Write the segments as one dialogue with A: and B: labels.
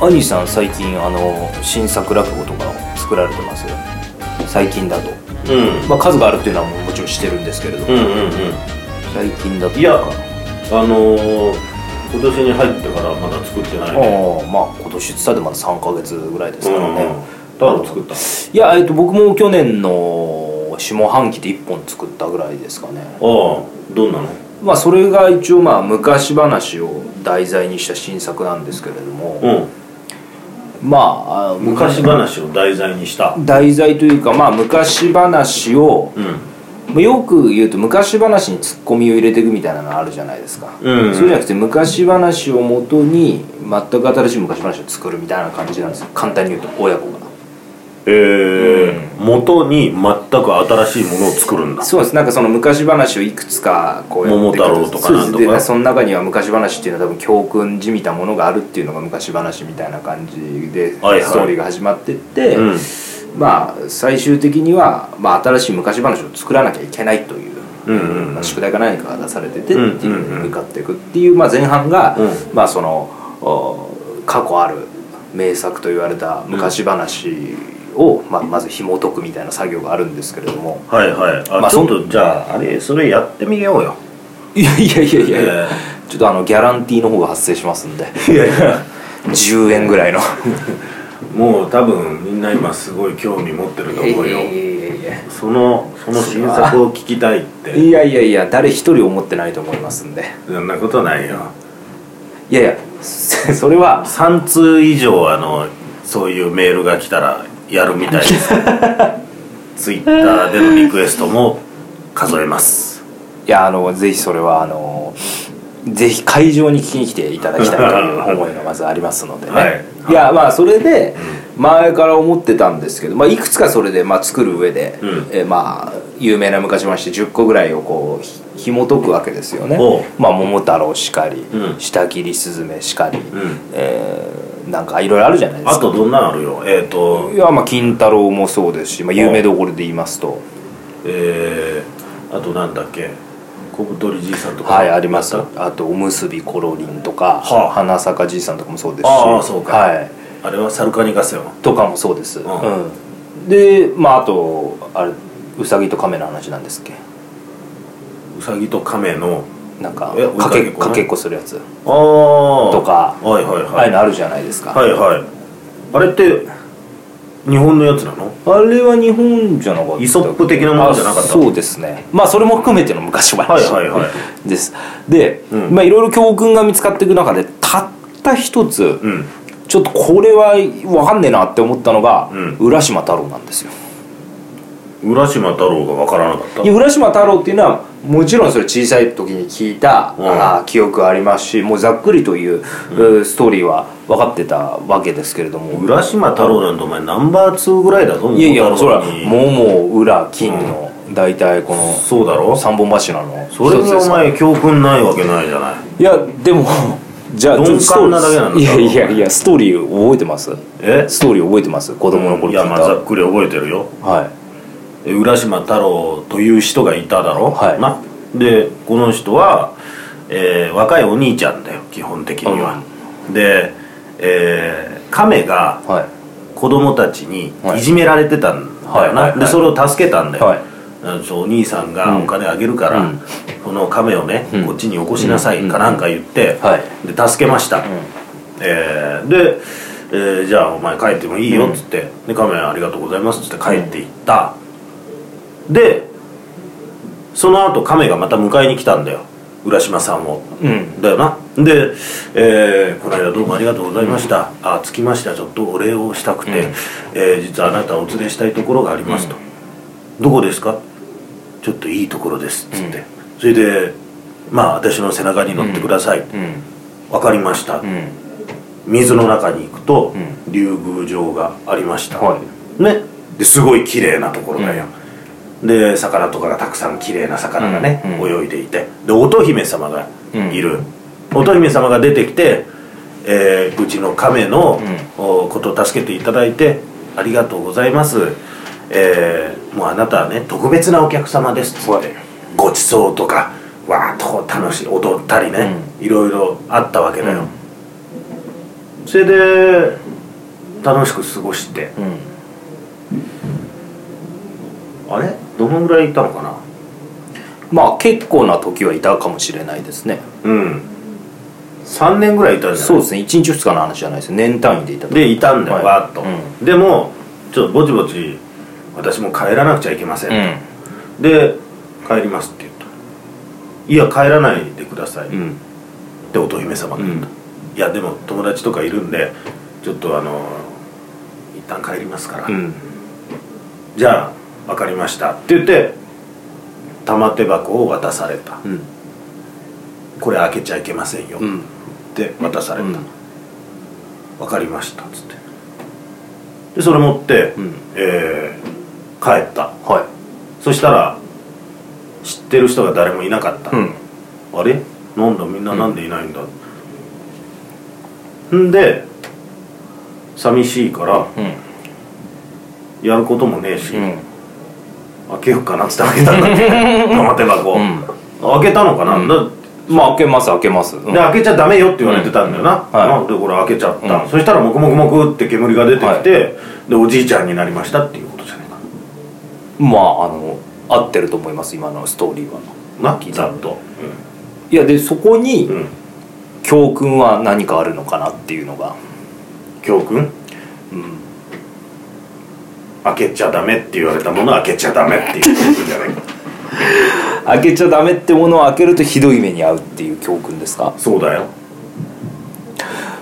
A: アニさん最近あの新作落語とかを作られてますよ最近だと、
B: うん
A: まあ、数があるっていうのはもうもちろん知ってるんですけれど、
B: うんうんうん
A: 最近だと
B: いやあのー、今年に入ってからまだ作ってない
A: あ
B: ね
A: ーまあ今年伝えてまだ3か月ぐらいですからね、
B: うん太郎作った
A: いや、えっと、僕も去年の下半期で1本作ったぐらいですかね
B: ああどんなの
A: まあそれが一応まあ昔話を題材にした新作なんですけれども、
B: うん
A: まああの
B: 昔話を題材にした
A: 題材というかまあ昔話を
B: うん
A: まあよく言うと昔話にツッコミを入れていくみたいなのあるじゃないですか、
B: うん
A: そうじゃなくて昔話をもとに全く新しい昔話を作るみたいな感じなんですよ簡単に言うと親子が
B: えー、元に全く新しいものを作るんだ
A: そうですなんかその昔話をいくつかこうやっていく
B: 桃太郎とかなんとか
A: そうですでその中には昔話っていうのは多分教訓じみたものがあるっていうのが昔話みたいな感じでスト
B: はいはい
A: ーリーが始まってって、
B: うん
A: まあ最終的には、まあ、新しい昔話を作らなきゃいけないという。
B: うんうんうん
A: 宿題か何かが出されててって
B: うん
A: いうのに向かっていくっていう、まあ、前半が、
B: う
A: まあ、そのお過去ある名作と言われた昔話を、まあ、まず紐解くみたいな作業があるんですけれども
B: はいはいあ、
A: まあ
B: ちょ
A: そ
B: っとじゃああれそれやってみようよ
A: いやいやいやいやいや、
B: え
A: ちょっとあのギャランティーの方が発生しますんで
B: いやいや
A: 10円ぐらい の
B: もう多分みんな今すごい興味持ってると思うよそのその新作を聞きたいって
A: いやいやいや誰一人思ってないと思いますんで
B: そんなことないよ
A: いやいやそ それは
B: 3通以上あのそういうメールが来たらやるみたいです ツイッターでのリクエストも数えます
A: いやあのぜひそれはあのぜひ会場に聞きに来ていただきたいという思いがまずありますのでね、
B: はい
A: いやまあそれで前から思ってたんですけど、まあ、いくつかそれで、まあ、作る上で、
B: うん
A: えまあ有名な昔話10個ぐらいをこうひ紐解くわけですよね
B: おう
A: 「まあ、桃太郎」しかり
B: う
A: 「
B: ん
A: 下切りすずめ」しかり、
B: ん
A: えーなんかいろいろあるじゃないですか
B: あとどんなのあるよえっ、と
A: いやまあ金太郎もそうですし、まあ、有名どころで言いますと
B: えー、あとなんだっけ小太りじいさんとか
A: はいあります
B: あ
A: あとおむすびころりんとか、
B: はあ
A: 花咲かじいさんとかもそうですし
B: ああそうか
A: はい、
B: あれはサルカニガセよ
A: とかもそうです、うん
B: ん
A: でまああとあれうさぎと亀の話なんですっけ
B: ウサギとカメの
A: なんか
B: え追い
A: か
B: か
A: け
B: けっこね
A: かけっこするやつ
B: ああ
A: とか
B: はいはい
A: ああ
B: はいいう
A: のあるじゃないですか、
B: はいはいあれって日本のやつなの
A: あれは日本じゃなかったっけ
B: イソップ的なものじゃなかった
A: あそうですねまあそれも含めての昔話
B: はいはいは
A: ですで、
B: うん
A: まあいろいろ教訓が見つかっていく中でたった一つ、
B: うん
A: ちょっとこれは分かんねえなって思ったのが、
B: うん
A: 浦島太郎なんですよ
B: 浦島太郎がわからなかった
A: いや浦島太郎っていうのはもちろんそれ小さい時に聞いた、
B: うん
A: あー記憶ありますしもうざっくりという、うーストーリーは分かってたわけですけれども、
B: 浦島太郎なんてお前ナンバー2ぐらいだぞ
A: いやいや
B: 桃
A: そ
B: 太
A: れ
B: 郎
A: は
B: に
A: 桃裏金の、大体この
B: そうだろ
A: 三本柱の
B: それ
A: 一つ
B: に
A: で
B: お
A: すから
B: 前教訓ないわけないじゃない
A: いやでもじゃあ
B: 鈍感
A: ストーリー
B: なだけなんだ
A: いやいやいやストーリー覚えてます
B: え
A: ストーリー覚えてます子供の頃
B: い
A: 聞いた、
B: やまあざっくり覚えてるよ
A: はい
B: え浦島太郎という人がいただろ、
A: はい
B: なでこの人は、えー若いお兄ちゃんだよ基本的には、で、えー亀が
A: はい
B: 子供たちに
A: はい
B: いじめられてたんだよな、
A: はいはいはい
B: でそれを助けたんだよ、
A: はい
B: あのそうお兄さんがお金あげるから、
A: うん
B: この亀をね、
A: うん
B: こっちに起こしなさいかなんか言って、
A: は
B: で助けました、えーで、えーじゃあお前帰ってもいいよ」っつって「で亀ありがとうございます」っつって帰っていった、でその後亀がまた迎えに来たんだよ浦島さんを。
A: うん
B: だよなで、えーこの間どうもありがとうございました、あ着きましたちょっとお礼をしたくて、
A: うん
B: えー実はあなたをお連れしたいところがありますと、どこですかちょっといいところですっつって、
A: うん
B: それでまあ私の背中に乗ってください、
A: うん
B: わかりました、
A: うん
B: 水の中に行くと、
A: う
B: 竜宮城がありました、
A: は
B: ねですごい綺麗なところだよ、で魚とかがたくさん綺麗な魚がね、
A: うんう
B: 泳いでいてで乙姫様がいる、乙姫様が出てきて、えーうちの亀の、おことを助けていただいてありがとうございますえーもうあなたはね特別なお客様ですっつってごちそうとかわーっとこう楽しい踊ったりね、いろいろあったわけだよ、それで楽しく過ごして
A: うん
B: あれどのぐらいいたのかな
A: まあ結構な時はいたかもしれないですね
B: うん3年ぐらいいたんじゃない
A: そうですね1日2日の話じゃないです年単位でいたと
B: でいたんだよ
A: はい
B: わーっと、
A: う
B: でもちょっとぼちぼち私も帰らなくちゃいけませ、
A: うんん
B: で帰りますって言ったいや帰らないでください、
A: うん
B: って乙姫様が言った、いやでも友達とかいるんでちょっとあの一旦帰りますから、
A: うん
B: じゃあ分かりましたって言って玉手箱を渡された
A: うん
B: これ開けちゃいけませんよ、
A: う
B: っ
A: ん
B: て渡された、
A: うん
B: 分かりましたっつってでそれ持って、
A: うん
B: えー帰った
A: は
B: そしたら知ってる人が誰もいなかった、
A: いうん
B: あれなんだみんななんでいないんだ、んで寂しいから
A: うん
B: やることもねえし、
A: うん
B: 開けようかなっつって開けたんだ って玉手箱、
A: うん
B: 開けたのかな、
A: うん
B: だ
A: まあ開けます開けます、うん
B: で開けちゃダメよって言われてたんだよな、
A: うんはい
B: なんでこれ開けちゃった、
A: うん
B: そしたらモクモクモクって煙が出てきて、
A: は
B: でおじいちゃんになりましたっていうことじゃないか
A: まああの合ってると思います今のストーリーは
B: ななざっと
A: いやでそこに
B: うん、うん、
A: 教訓は何かあるのかなっていうのが、
B: 教訓
A: うん、
B: 開けちゃダメって言われたものは開けちゃダメっていうことじゃないか
A: 開けちゃダメってものを開けるとひどい目に遭うっていう教訓ですか、
B: そうだよ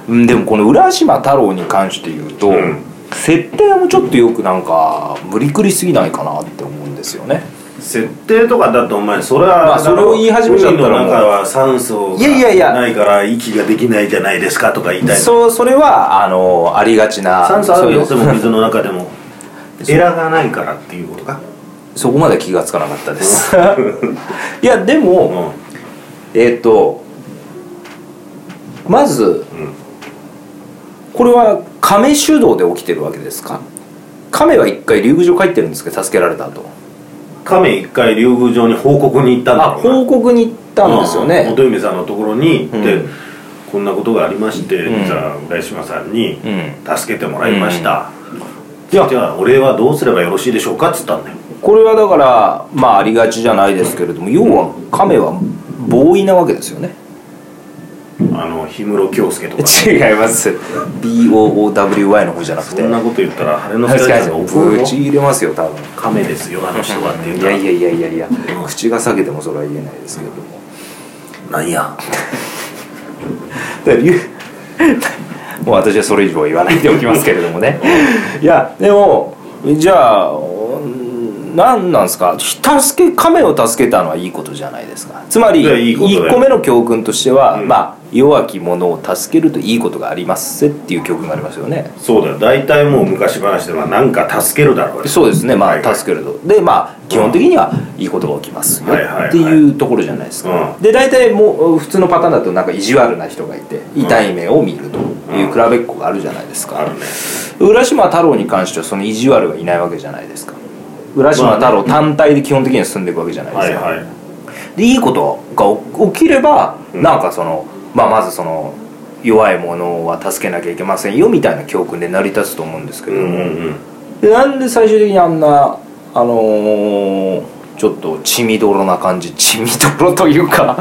A: うん、でもこの浦島太郎に関して言うと、
B: うん
A: 設定もちょっとよくなんか無理くりすぎないかなって思うんですよね
B: 設定とかだとお前それは、
A: まあそれを言い始めちゃったらもう
B: 海の中は酸素
A: いやいやい
B: が
A: や
B: ないから息ができないじゃないですかとか言いたいの
A: そうそれはあのありがちな
B: 酸素あるよ
A: そ
B: で
A: ういう
B: も水の中でも
A: そう
B: エラがないからっていうことか
A: そこまで気がつかなかったです いやで
B: う
A: も、
B: ん
A: えっ、とまず
B: うん
A: これは亀主導で起きてるわけですか亀は一回竜宮城帰ってるんですけど助けられたと
B: 亀一回竜宮城に報告に行ったんだ
A: あ報告に行ったんですよ
B: うん
A: ね
B: 乙姫さんのところに行って、
A: うん
B: こんなことがありまして、
A: うん
B: じゃあ浦島さんに
A: うん
B: 助けてもらいました、じゃあお礼はどうすればよろしいでしょうかっつったんだよ
A: これはだからまあありがちじゃないですけれども要は亀はボーイなわけですよね
B: あの氷室京介とか
A: 違います BOOWY の方じゃなく
B: そ
A: て
B: んなこと言ったら晴れの
A: 確か
B: が
A: に
B: 怒る
A: ぶ
B: よ
A: ち入れますよ多分
B: 亀ですよあの人はっていう
A: い
B: か
A: やいやいやいやいや
B: うん
A: 口が裂けてもそれは言えないですけれども
B: なんや
A: だから言うもう私はそれ以上は言わないでおきますけれどもねいやでもじゃあうん何なんですか助け亀を助けたのはいいことじゃないですかつまり
B: いやいいことだよ
A: 1個目の教訓としては、
B: うん
A: まあ弱き者を助けるといいことがありますせっていう教訓がありますよね
B: そうだよ大体もう昔話ではなんか助けるだろうよ
A: そうですねま
B: はい
A: あ助けるとでまあ基本的にはいいことが起きますよ
B: はいはいはい
A: っていうところじゃないですか
B: う
A: で大体もう普通のパターンだとなんか意地悪な人がいて痛い目を見るという比べっこがあるじゃないです
B: あ
A: か
B: るね
A: 浦島太郎に関してはその意地悪がいないわけじゃないですか浦島太郎単体で基本的には進んでいくわけじゃないで
B: は
A: す
B: い
A: か、
B: はい
A: でいいことが起きれば、
B: うん
A: なんかその、まあ、まずその弱い者は助けなきゃいけませんよみたいな教訓で成り立つと思うんですけ
B: う
A: れども、
B: んうんうん
A: でなんで最終的にあんなあのーちょっと血みどろな感じ血みどろというか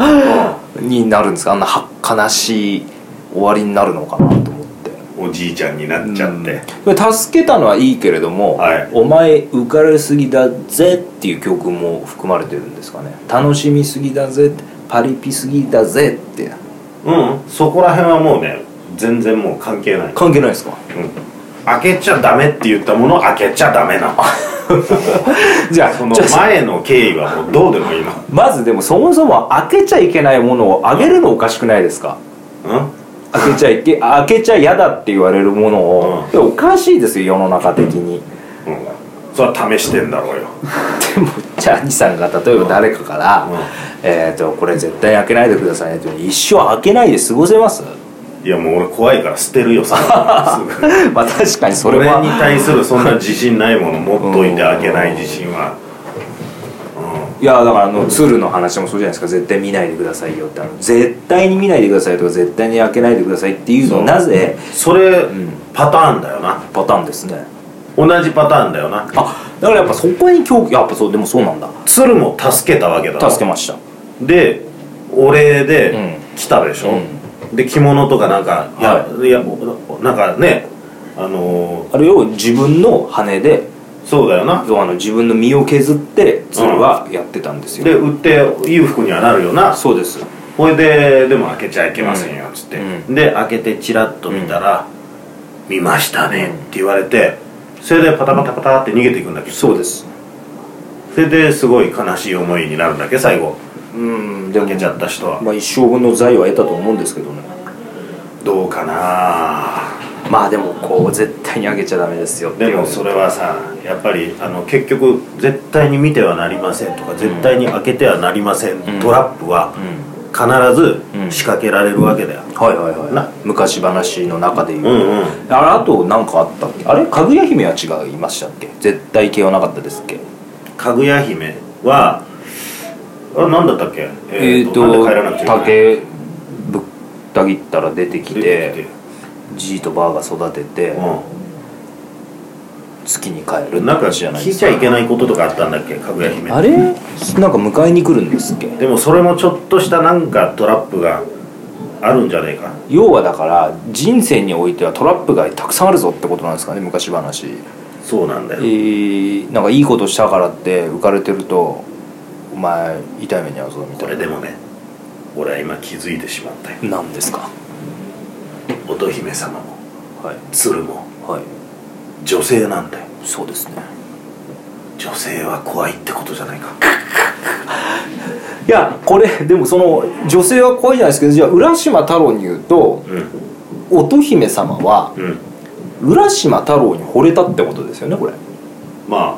A: になるんですかあんなは悲しい終わりになるのかなと思って
B: おじいちゃんになっちゃって、
A: うんで助けたのはいいけれども、
B: はい
A: お前浮かれすぎだぜっていう曲も含まれてるんですかね楽しみすぎだぜパリピすぎだぜって
B: うん、そこら辺はもうね全然もう関係ない、うん、
A: 関係ないですか
B: 開けちゃダメって言ったものを開けちゃダメな の
A: じゃあ
B: その
A: じゃあ
B: 前の経緯はもうどうでもいいの
A: まずでもそもそも開けちゃいけないものをあげるのおかしくないですか
B: うん
A: 開けちゃいけ開けちゃ嫌だって言われるものを、
B: うん
A: いやおかしいですよ世の中的に、
B: うんそれは試してんだろうよ
A: でもじゃあ兄さんが例えば誰かから「
B: うん
A: えー、とこれ絶対開けないでくださいね」って言うのに一生開けないで過ごせます
B: いやもう俺怖いから捨てるよさすぐ
A: まあ確かに そ
B: 俺
A: れは
B: に対するそんな自信ないもの持っといて開けない自信は、
A: いいやだからあの鶴の話もそうじゃないですか絶対見ないでくださいよってあの絶対に見ないでくださいとか絶対に開けないでくださいっていうの
B: そ
A: は
B: う
A: なぜ
B: それ、
A: ん
B: パターンだよな
A: パターンですね
B: 同じパターンだよな
A: あだからやっぱそこに狂気やっぱそうでもそうなんだ
B: 鶴も助けたわけだろ
A: 助けました
B: でお礼で
A: う
B: 来たでしょ、で着物とかなんか、いやいやなんかねあのー
A: あれを自分の羽で
B: そうだよな
A: 要はあの自分の身を削って鶴はやってたんですよ、
B: で売って裕福にはなるよな
A: そうです
B: これででも開けちゃいけませんよっつって、
A: う
B: で開けてチラッと見たら「見ましたね」って言われてそれでパタパタパタって逃げていくんだけど
A: そうです
B: それですごい悲しい思いになるんだっけ最後
A: うんでも
B: 開けちゃった人は
A: まあ一生分の財は得たと思うんですけどね
B: どうかな
A: まあでもこう絶対にあげちゃダメですよってい
B: で
A: う
B: もそれはさやっぱりあの結局絶対に見てはなりませんとか絶対に開けてはなりません、
A: ん
B: トラップは必ず仕掛けられるわけだよ、
A: はいはいはい
B: な
A: 昔話の中で言う、
B: うんうん
A: あれあと何かあったっけあれかぐや姫は違いましたっけ絶対系はなかったですっけ
B: かぐや姫はあ何だったっけ
A: えっ、
B: ー
A: と
B: なんで帰らなくちゃいけない
A: 竹ぶった切ったら出てき
B: 出
A: て
B: て
A: じいとばあが育てて、
B: きて
A: 月に帰る
B: うんなんか
A: じゃない
B: 聞
A: で
B: い
A: す
B: ちゃいけないこととかあったんだっけかぐや姫
A: あれなんか迎えに来るんですっけ
B: でもそれもちょっとしたなんかトラップがあるんじゃないか
A: 要はだから人生においてはトラップがたくさんあるぞってことなんですかね昔話
B: そうなんだ
A: え
B: よ、
A: ー、なんかいいことしたからって浮かれてるとお前痛い目に遭うぞみ
B: こ
A: た
B: れ
A: いな
B: でもね俺は今気づいてしまったよ
A: なんですか
B: 乙姫様も
A: はい
B: 鶴も
A: はい
B: 女性なんだよ
A: そうですね
B: 女性は怖いってことじゃないか
A: いやこれでもその女性は怖いじゃないですけどじゃあ浦島太郎に言うと
B: うん
A: 乙姫様は
B: うん
A: 浦島太郎に惚れたってことですよねこれ
B: まあ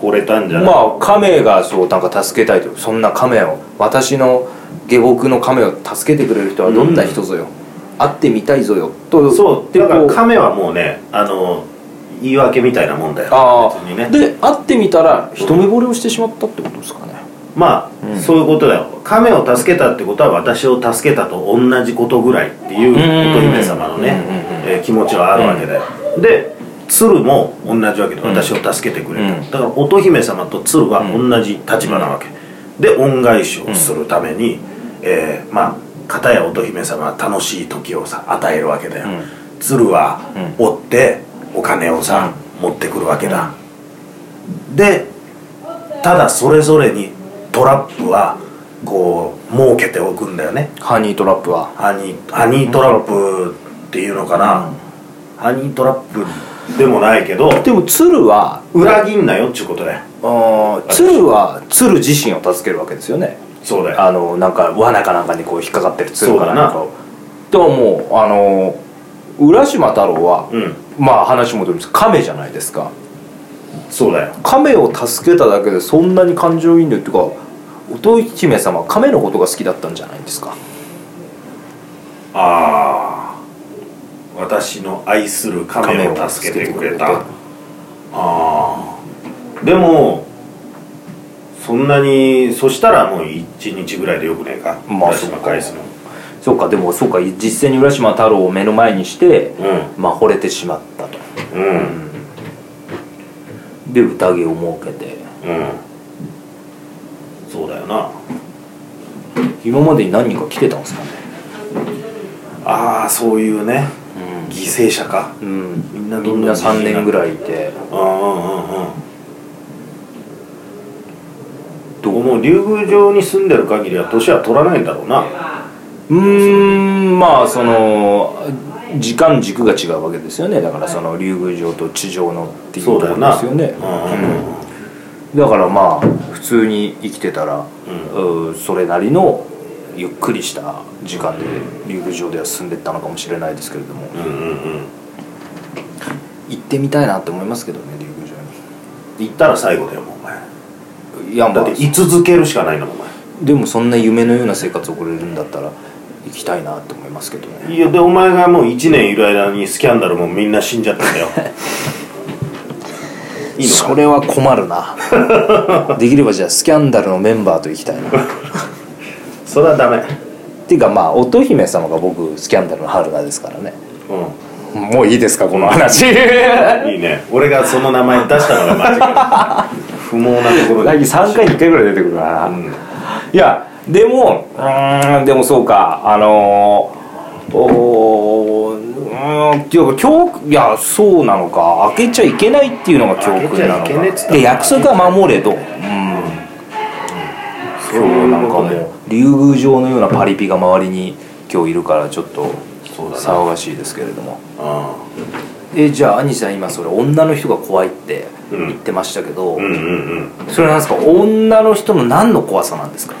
B: 惚れたんじゃない、
A: まあ亀がそうなんか助けたいとそんな亀を私の下僕の亀を助けてくれる人はどんな人ぞよ、会ってみたいぞよと
B: そう
A: で
B: だから
A: こう
B: 亀はもうねあの言い訳みたいなもんだよ
A: あ
B: 別
A: あ、
B: にね
A: で会ってみたら一目惚れをしてしまったってことですかね、
B: まあ、
A: うん
B: そういうことだよ亀を助けたってことは私を助けたと同じことぐらいっていう
A: うんうんうん
B: 乙姫様のね
A: うんうん、
B: えー気持ちはあるわけだよ、で鶴も同じわけで
A: ん
B: 私を助けてくれた、
A: うん
B: だから乙姫様と鶴は同じ立場なわけ、で恩返しをするために、えーまあ片や乙姫様は楽しい時をさ与えるわけだよ、
A: うん
B: 鶴は追ってお金をさ、持ってくるわけだ、でただそれぞれにトラップはこう設けておくんだよね
A: ハニートラップは
B: ハニーハニートラップっていうのかな、ハニートラップでもないけど
A: でも鶴は
B: 裏切んなよっちゅうことだよ
A: あー鶴は鶴自身を助けるわけですよね
B: そうだよ
A: あのなんか罠かなんかにこう引っかかってる鶴からなんか
B: そ
A: をでももうあの浦島太郎は、
B: うん
A: まあ話戻ります亀じゃないですか
B: そうだよ
A: 亀を助けただけでそんなに感情移入っていうか乙姫様は亀のことが好きだったんじゃないんですか
B: ああ私の愛する亀を助けてくれたああーでもそんなにそしたらもう1日ぐらいでよくねえか
A: まあ
B: 私の返すの
A: そうかでもそうか実際に浦島太郎を目の前にして、まあ惚れてしまったと
B: うんうん
A: で宴を設けて
B: うんそうだよな
A: 今までに何人か来てたんですかね
B: ああそういうね犠牲者か
A: うん、みん
B: な
A: な
B: ど
A: み
B: ん
A: ん
B: ど
A: な
B: ん
A: 3年ぐらいいて
B: うんうんうんうん
A: どう
B: もう竜宮城に住んでる限りは年は取らないんだろうな
A: うーんまあその時間軸が違うわけですよねだからその竜宮城と地上のっていうと
B: そう
A: こ
B: だよ
A: ろ
B: な
A: ですよね
B: うんうんうん
A: だからまあ普通に生きてたら、
B: う
A: うんそれなりのゆっくりした時間で竜宮城では進んでったのかもしれないですけれども、
B: うんうんうん
A: 行ってみたいなって思いますけどね竜宮
B: 行ったら最後だよもうお前
A: 城にいやま
B: だ
A: あ
B: って居続けるしかないんだもんお
A: でもそんな夢のような生活を送れるんだったら行きたいなって思いますけどね
B: 前いやでお前がもう1年いる間にスキャンダルもみんな死んじゃったんだよいいのか
A: それは困るな できればじゃあスキャンダルのメンバーと行きたいな
B: それはダメ
A: っていうかまあ乙姫様が僕スキャンダルの春菜ですからね
B: う
A: もういいですかこの話
B: んいいね俺がその名前出したのが間 違い不毛なところ
A: 来期3回に1回ぐらい出てくるな、
B: うん
A: いやでもうーんでもそうかあのー、おーうーんっていうか教訓いやそうなのか開けちゃいけないっていうのが教訓なの
B: 開けちゃいけねえっ
A: か
B: つったの
A: で約束は守れとうん
B: そう
A: 今日なんかも
B: いうこ
A: う竜宮城のようなパリピが周りに今日いるからちょっと
B: そうだな
A: 騒がしいですけれども
B: あ
A: えじゃあ兄さん今それ女の人が怖いって言ってましたけど、
B: あうんうんうん
A: それなんですか女の人の何の怖さなんですか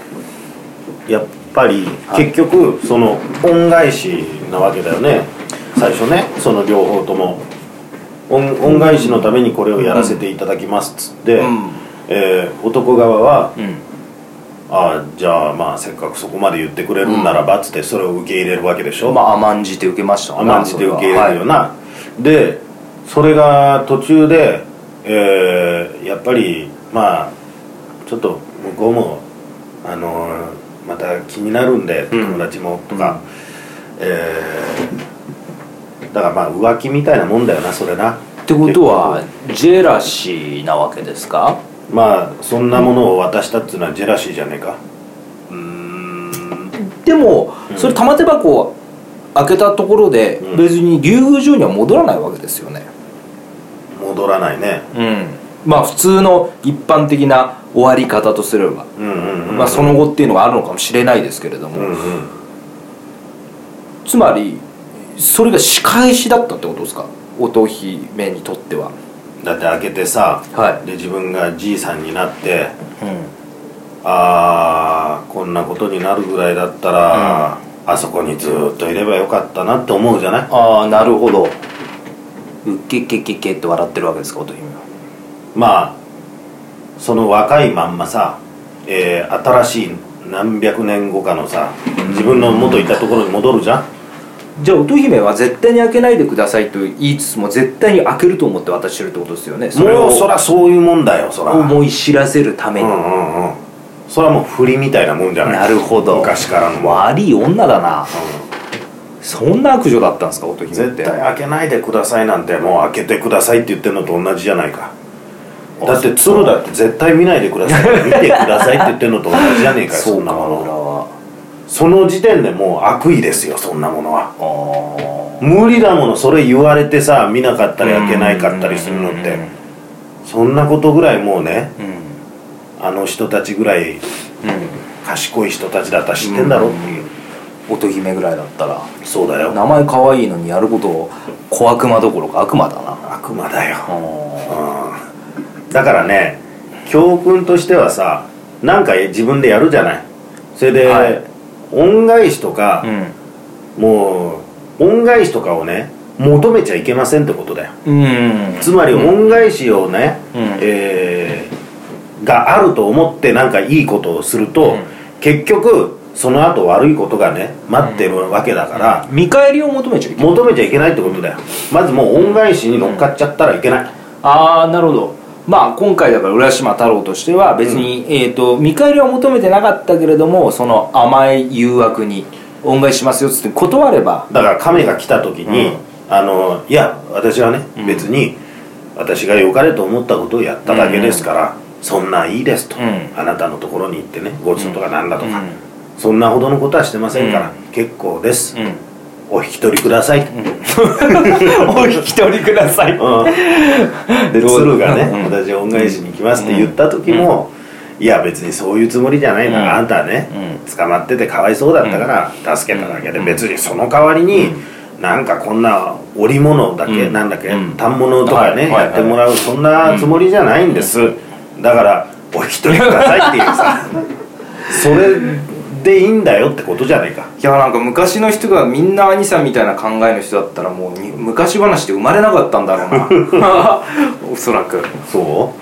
B: やっぱり
A: はい
B: 結局その恩返しなわけだよね最初ねその両方とも恩恩返しのためにこれをやらせていただきますっつって、
A: うん
B: えー男側は
A: うん
B: 「ああじゃあまあせっかくそこまで言ってくれるんならば」っつってそれを受け入れるわけでしょ、
A: まあ甘んじて受けましたわね
B: 甘んじて受け入れるよ
A: はい
B: な、でそれが途中で、えーやっぱりまあちょっと向こうも、あのーまた気になるんで、
A: うん
B: 友達もとか、えーだからまあ浮気みたいなもんだよなそれなっ
A: ってことはジェラシーなわけですか
B: まあそんなものを渡したっつうのはジェラシーじゃねえか
A: でもそれ玉手箱を開けたところで
B: うん
A: 別に竜宮城には戻らないわけですよね
B: 戻らないね
A: うんまあ普通の一般的な終わり方とすれば、
B: うんうんうん
A: まあ、その後っていうのがあるのかもしれないですけれども、
B: うんうん
A: つまりそれが仕返しだったってことですか乙姫にとっては
B: だって開けてさ、
A: はい
B: で自分がじいさんになって
A: う
B: あーこんなことになるぐらいだったら、あそこにずっといればよかったなって思うじゃない
A: ああなるほどうっけっけっけっけって笑ってるわけですか乙姫は
B: まあその若いまんまさ、えー新しい何百年後かのさ自分の元いたところに戻るじゃん
A: じゃあ乙姫は絶対に開けないでくださいと言いつつも絶対に開けると思って渡してるってことですよねそれ
B: も
A: を
B: うそらそういうもんだよそらうんうん
A: 思い知らせるために、
B: うんそらもう振りみたいなもんじゃない
A: なるほど
B: 昔からのもう
A: 悪い女だなそんな悪女だったんですか乙姫っ
B: 絶
A: て
B: 対開けないでくださいなんてもう開けてくださいって言ってるのと同じじゃないかだって鶴だって絶対見ないでください見てくださいって言ってるのと同じじゃねえかよ
A: そ
B: そ
A: うん
B: な
A: か
B: も
A: 村
B: の
A: は
B: その時点でもう悪意ですよそんなものは
A: あー
B: 無理だものそれ言われてさ見なかったり開けないかったりするのっ
A: う
B: て
A: ん
B: そんなことぐらいもうね
A: うん
B: あの人たちぐらい賢い人たちだったら知ってんだろっていう
A: うん乙姫ぐらいだったら
B: そうだよ
A: 名前可愛いのにやることを小悪魔どころか悪魔だな
B: 悪魔だよ
A: あ
B: うんだからね教訓としてはさなんか自分でやるじゃないそれで、
A: はい
B: 恩返しとか
A: ー、うん
B: もう恩返しとかをね求めちゃいけませんってことだよ
A: うん
B: つまり恩返しをね、
A: うん
B: えーがあると思ってなんかいいことをすると、
A: うん
B: 結局その後悪いことがね待ってるわけだから、
A: 見返りを求めちゃいけない
B: 求めちゃいけないってことだよまずもう恩返しに乗っかっちゃったらいけない、
A: ああなるほどまあ今回だから浦島太郎としては別に、えー、と見返りは求めてなかったけれどもその甘い誘惑に恩返ししますよっつって断れば
B: だから亀が来た時に、あのいや私はね、
A: うん
B: 別に私が良かれと思ったことをやっただけですから、そんなんいいですと、
A: うん
B: あなたのところに行ってねごちそうとかなんだとか、
A: うん
B: そんなほどのことはしてませんから、
A: う
B: 結構です、
A: うん
B: お引き取りください、うん
A: お引き取りください
B: で
A: どう
B: 鶴がね、
A: うん
B: 私恩返しに来ますって言った時も、いや別にそういうつもりじゃないな、
A: うん
B: あんたはね、
A: う
B: 捕まっててかわいそうだったから助けただけで、別にその代わりに、なんかこんな織物だけ、
A: うん
B: なんだっけ
A: うん
B: 反物とかね、
A: はいはいはい
B: やってもらうそんなつもりじゃないんです、だからお引き取りくださいっていう さそれでいいんだよってことじゃないか
A: いやなんか昔の人がみんな兄さんみたいな考えの人だったらもうに昔話で生まれなかったんだろう なおそらく
B: そ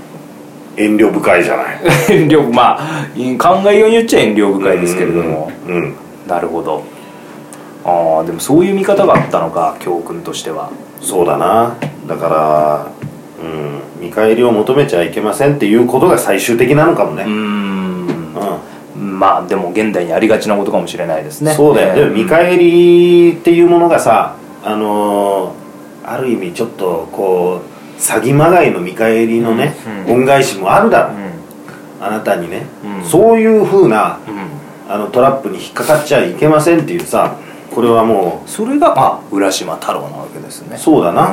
B: う遠慮深いじゃない
A: 遠慮まあい考えようによっちゃ遠慮深いですけれども、
B: うんうん
A: なるほどああでもそういう見方があったのか教訓としては
B: そうだなだからうん、見返りを求めちゃいけませんっていうことが最終的なのかもね、
A: うーん
B: うん
A: まあでも現代にありがちなことかもしれないですね
B: そうだよ、
A: え
B: でも
A: ー
B: 見返りっていうものがさあのーある意味ちょっとこう詐欺まがいの見返りのね、
A: うん
B: 恩返しもあるだろ
A: う
B: うんあなたにね、
A: うん
B: そういうふうな
A: うん
B: あのトラップに引っかかっちゃいけませんっていうさこれはも
A: それがまあ浦島太郎なわけですね
B: うそうだな
A: うん
B: うん、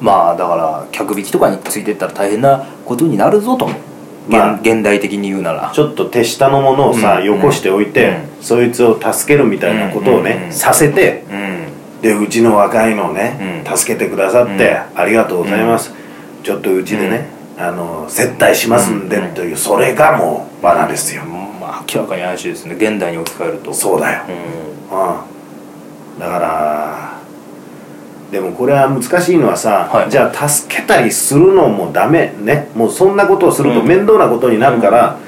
A: まあだから客引きとかについてったら大変なことになるぞと、
B: まあ
A: 現現代的に言うなら
B: ちょっと手下のものをさ、
A: うん
B: よこしておいて、そいつを助けるみたいなことをね、
A: うん
B: させて
A: うん
B: でうちの若いのをね、
A: うん
B: 助けてくださって、ありがとうございます、ちょっとうちでね、あの接待しますんで
A: うん
B: という、それがもう罠ですよ、
A: まあ明らかに怪しいですね現代に置き換えると
B: そうだよ、
A: う
B: うん、だからでもこれは難しいのはさ、
A: はい
B: じゃあ助けたりするのもダメねもうそんなことをすると
A: うん
B: 面倒なことになるから、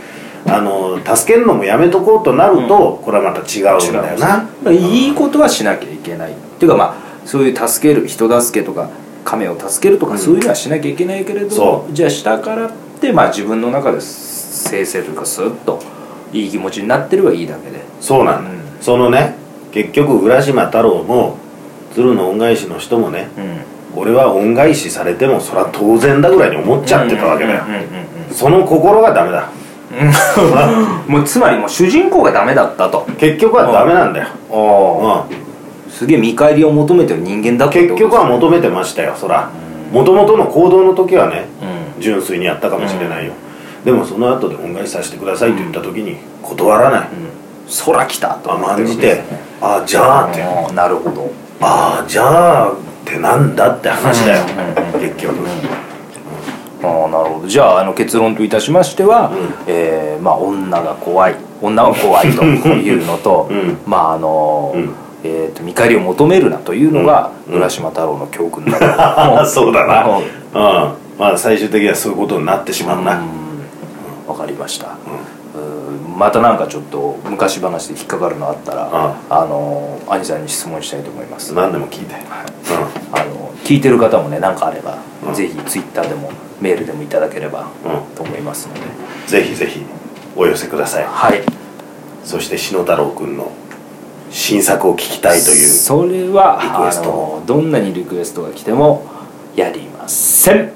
B: あの助けるのもやめとこうとなると、これはまた違うんだよな
A: 違ういいことはしなきゃいけないっていうかまあそういう助ける人助けとか亀を助けるとか、
B: うん
A: そういうのはしなきゃいけないけれど
B: そ
A: もじゃあ下からってまあ自分の中で生成というかスッといい気持ちになってればいいだけで
B: そうなんだ、
A: うん
B: そのね結局浦島太郎も鶴の恩返しの人もね
A: うん
B: 俺は恩返しされてもそれは当然だぐらいに思っちゃってたわけだよ、
A: うんうんうんうん
B: その心がダメだ
A: もうつまりもう主人公がダメだったと
B: 結局はダメなんだよ、
A: お
B: うん、
A: すげえ見返りを求めてる人間だったって
B: 結
A: こと
B: 局は求めてましたよそらもともとの行動の時はね
A: うん
B: 純粋にやったかもしれないよ、でもその後で恩返しさせてくださいと言った時に断らない、
A: 空来たと
B: 甘んじ
A: って
B: て
A: るわけですね
B: ああじゃあって、あ
A: あーなるほど
B: あじゃあってなんだって話だよ、結局、
A: ああなるほどじゃああの結論といたしましては、
B: うん
A: えーまあ、女が怖い女は怖いというのと、
B: うん
A: まああのー
B: うん
A: えーと見返りを求めるなというのが
B: うん
A: 浦島太郎の教訓だと思
B: ああ そうだな
A: う
B: うんんまあ最終的にはそういうことになってしまうな、
A: うんわかりました、うんまたなんかちょっと昔話で引っかかるのあったら、
B: あ
A: あの兄さんに質問したいと思います、
B: 何でも聞いて、
A: あの聞いてる方もね何かあれば、
B: うん
A: ぜひツイッターでもメールでもいただければ
B: う
A: と思いますので、
B: うん、ぜひぜひお寄せください
A: はい
B: そして篠太郎君の新作を聞きたいという
A: それは
B: リクエスト
A: あのどんなにリクエストが来てもやりません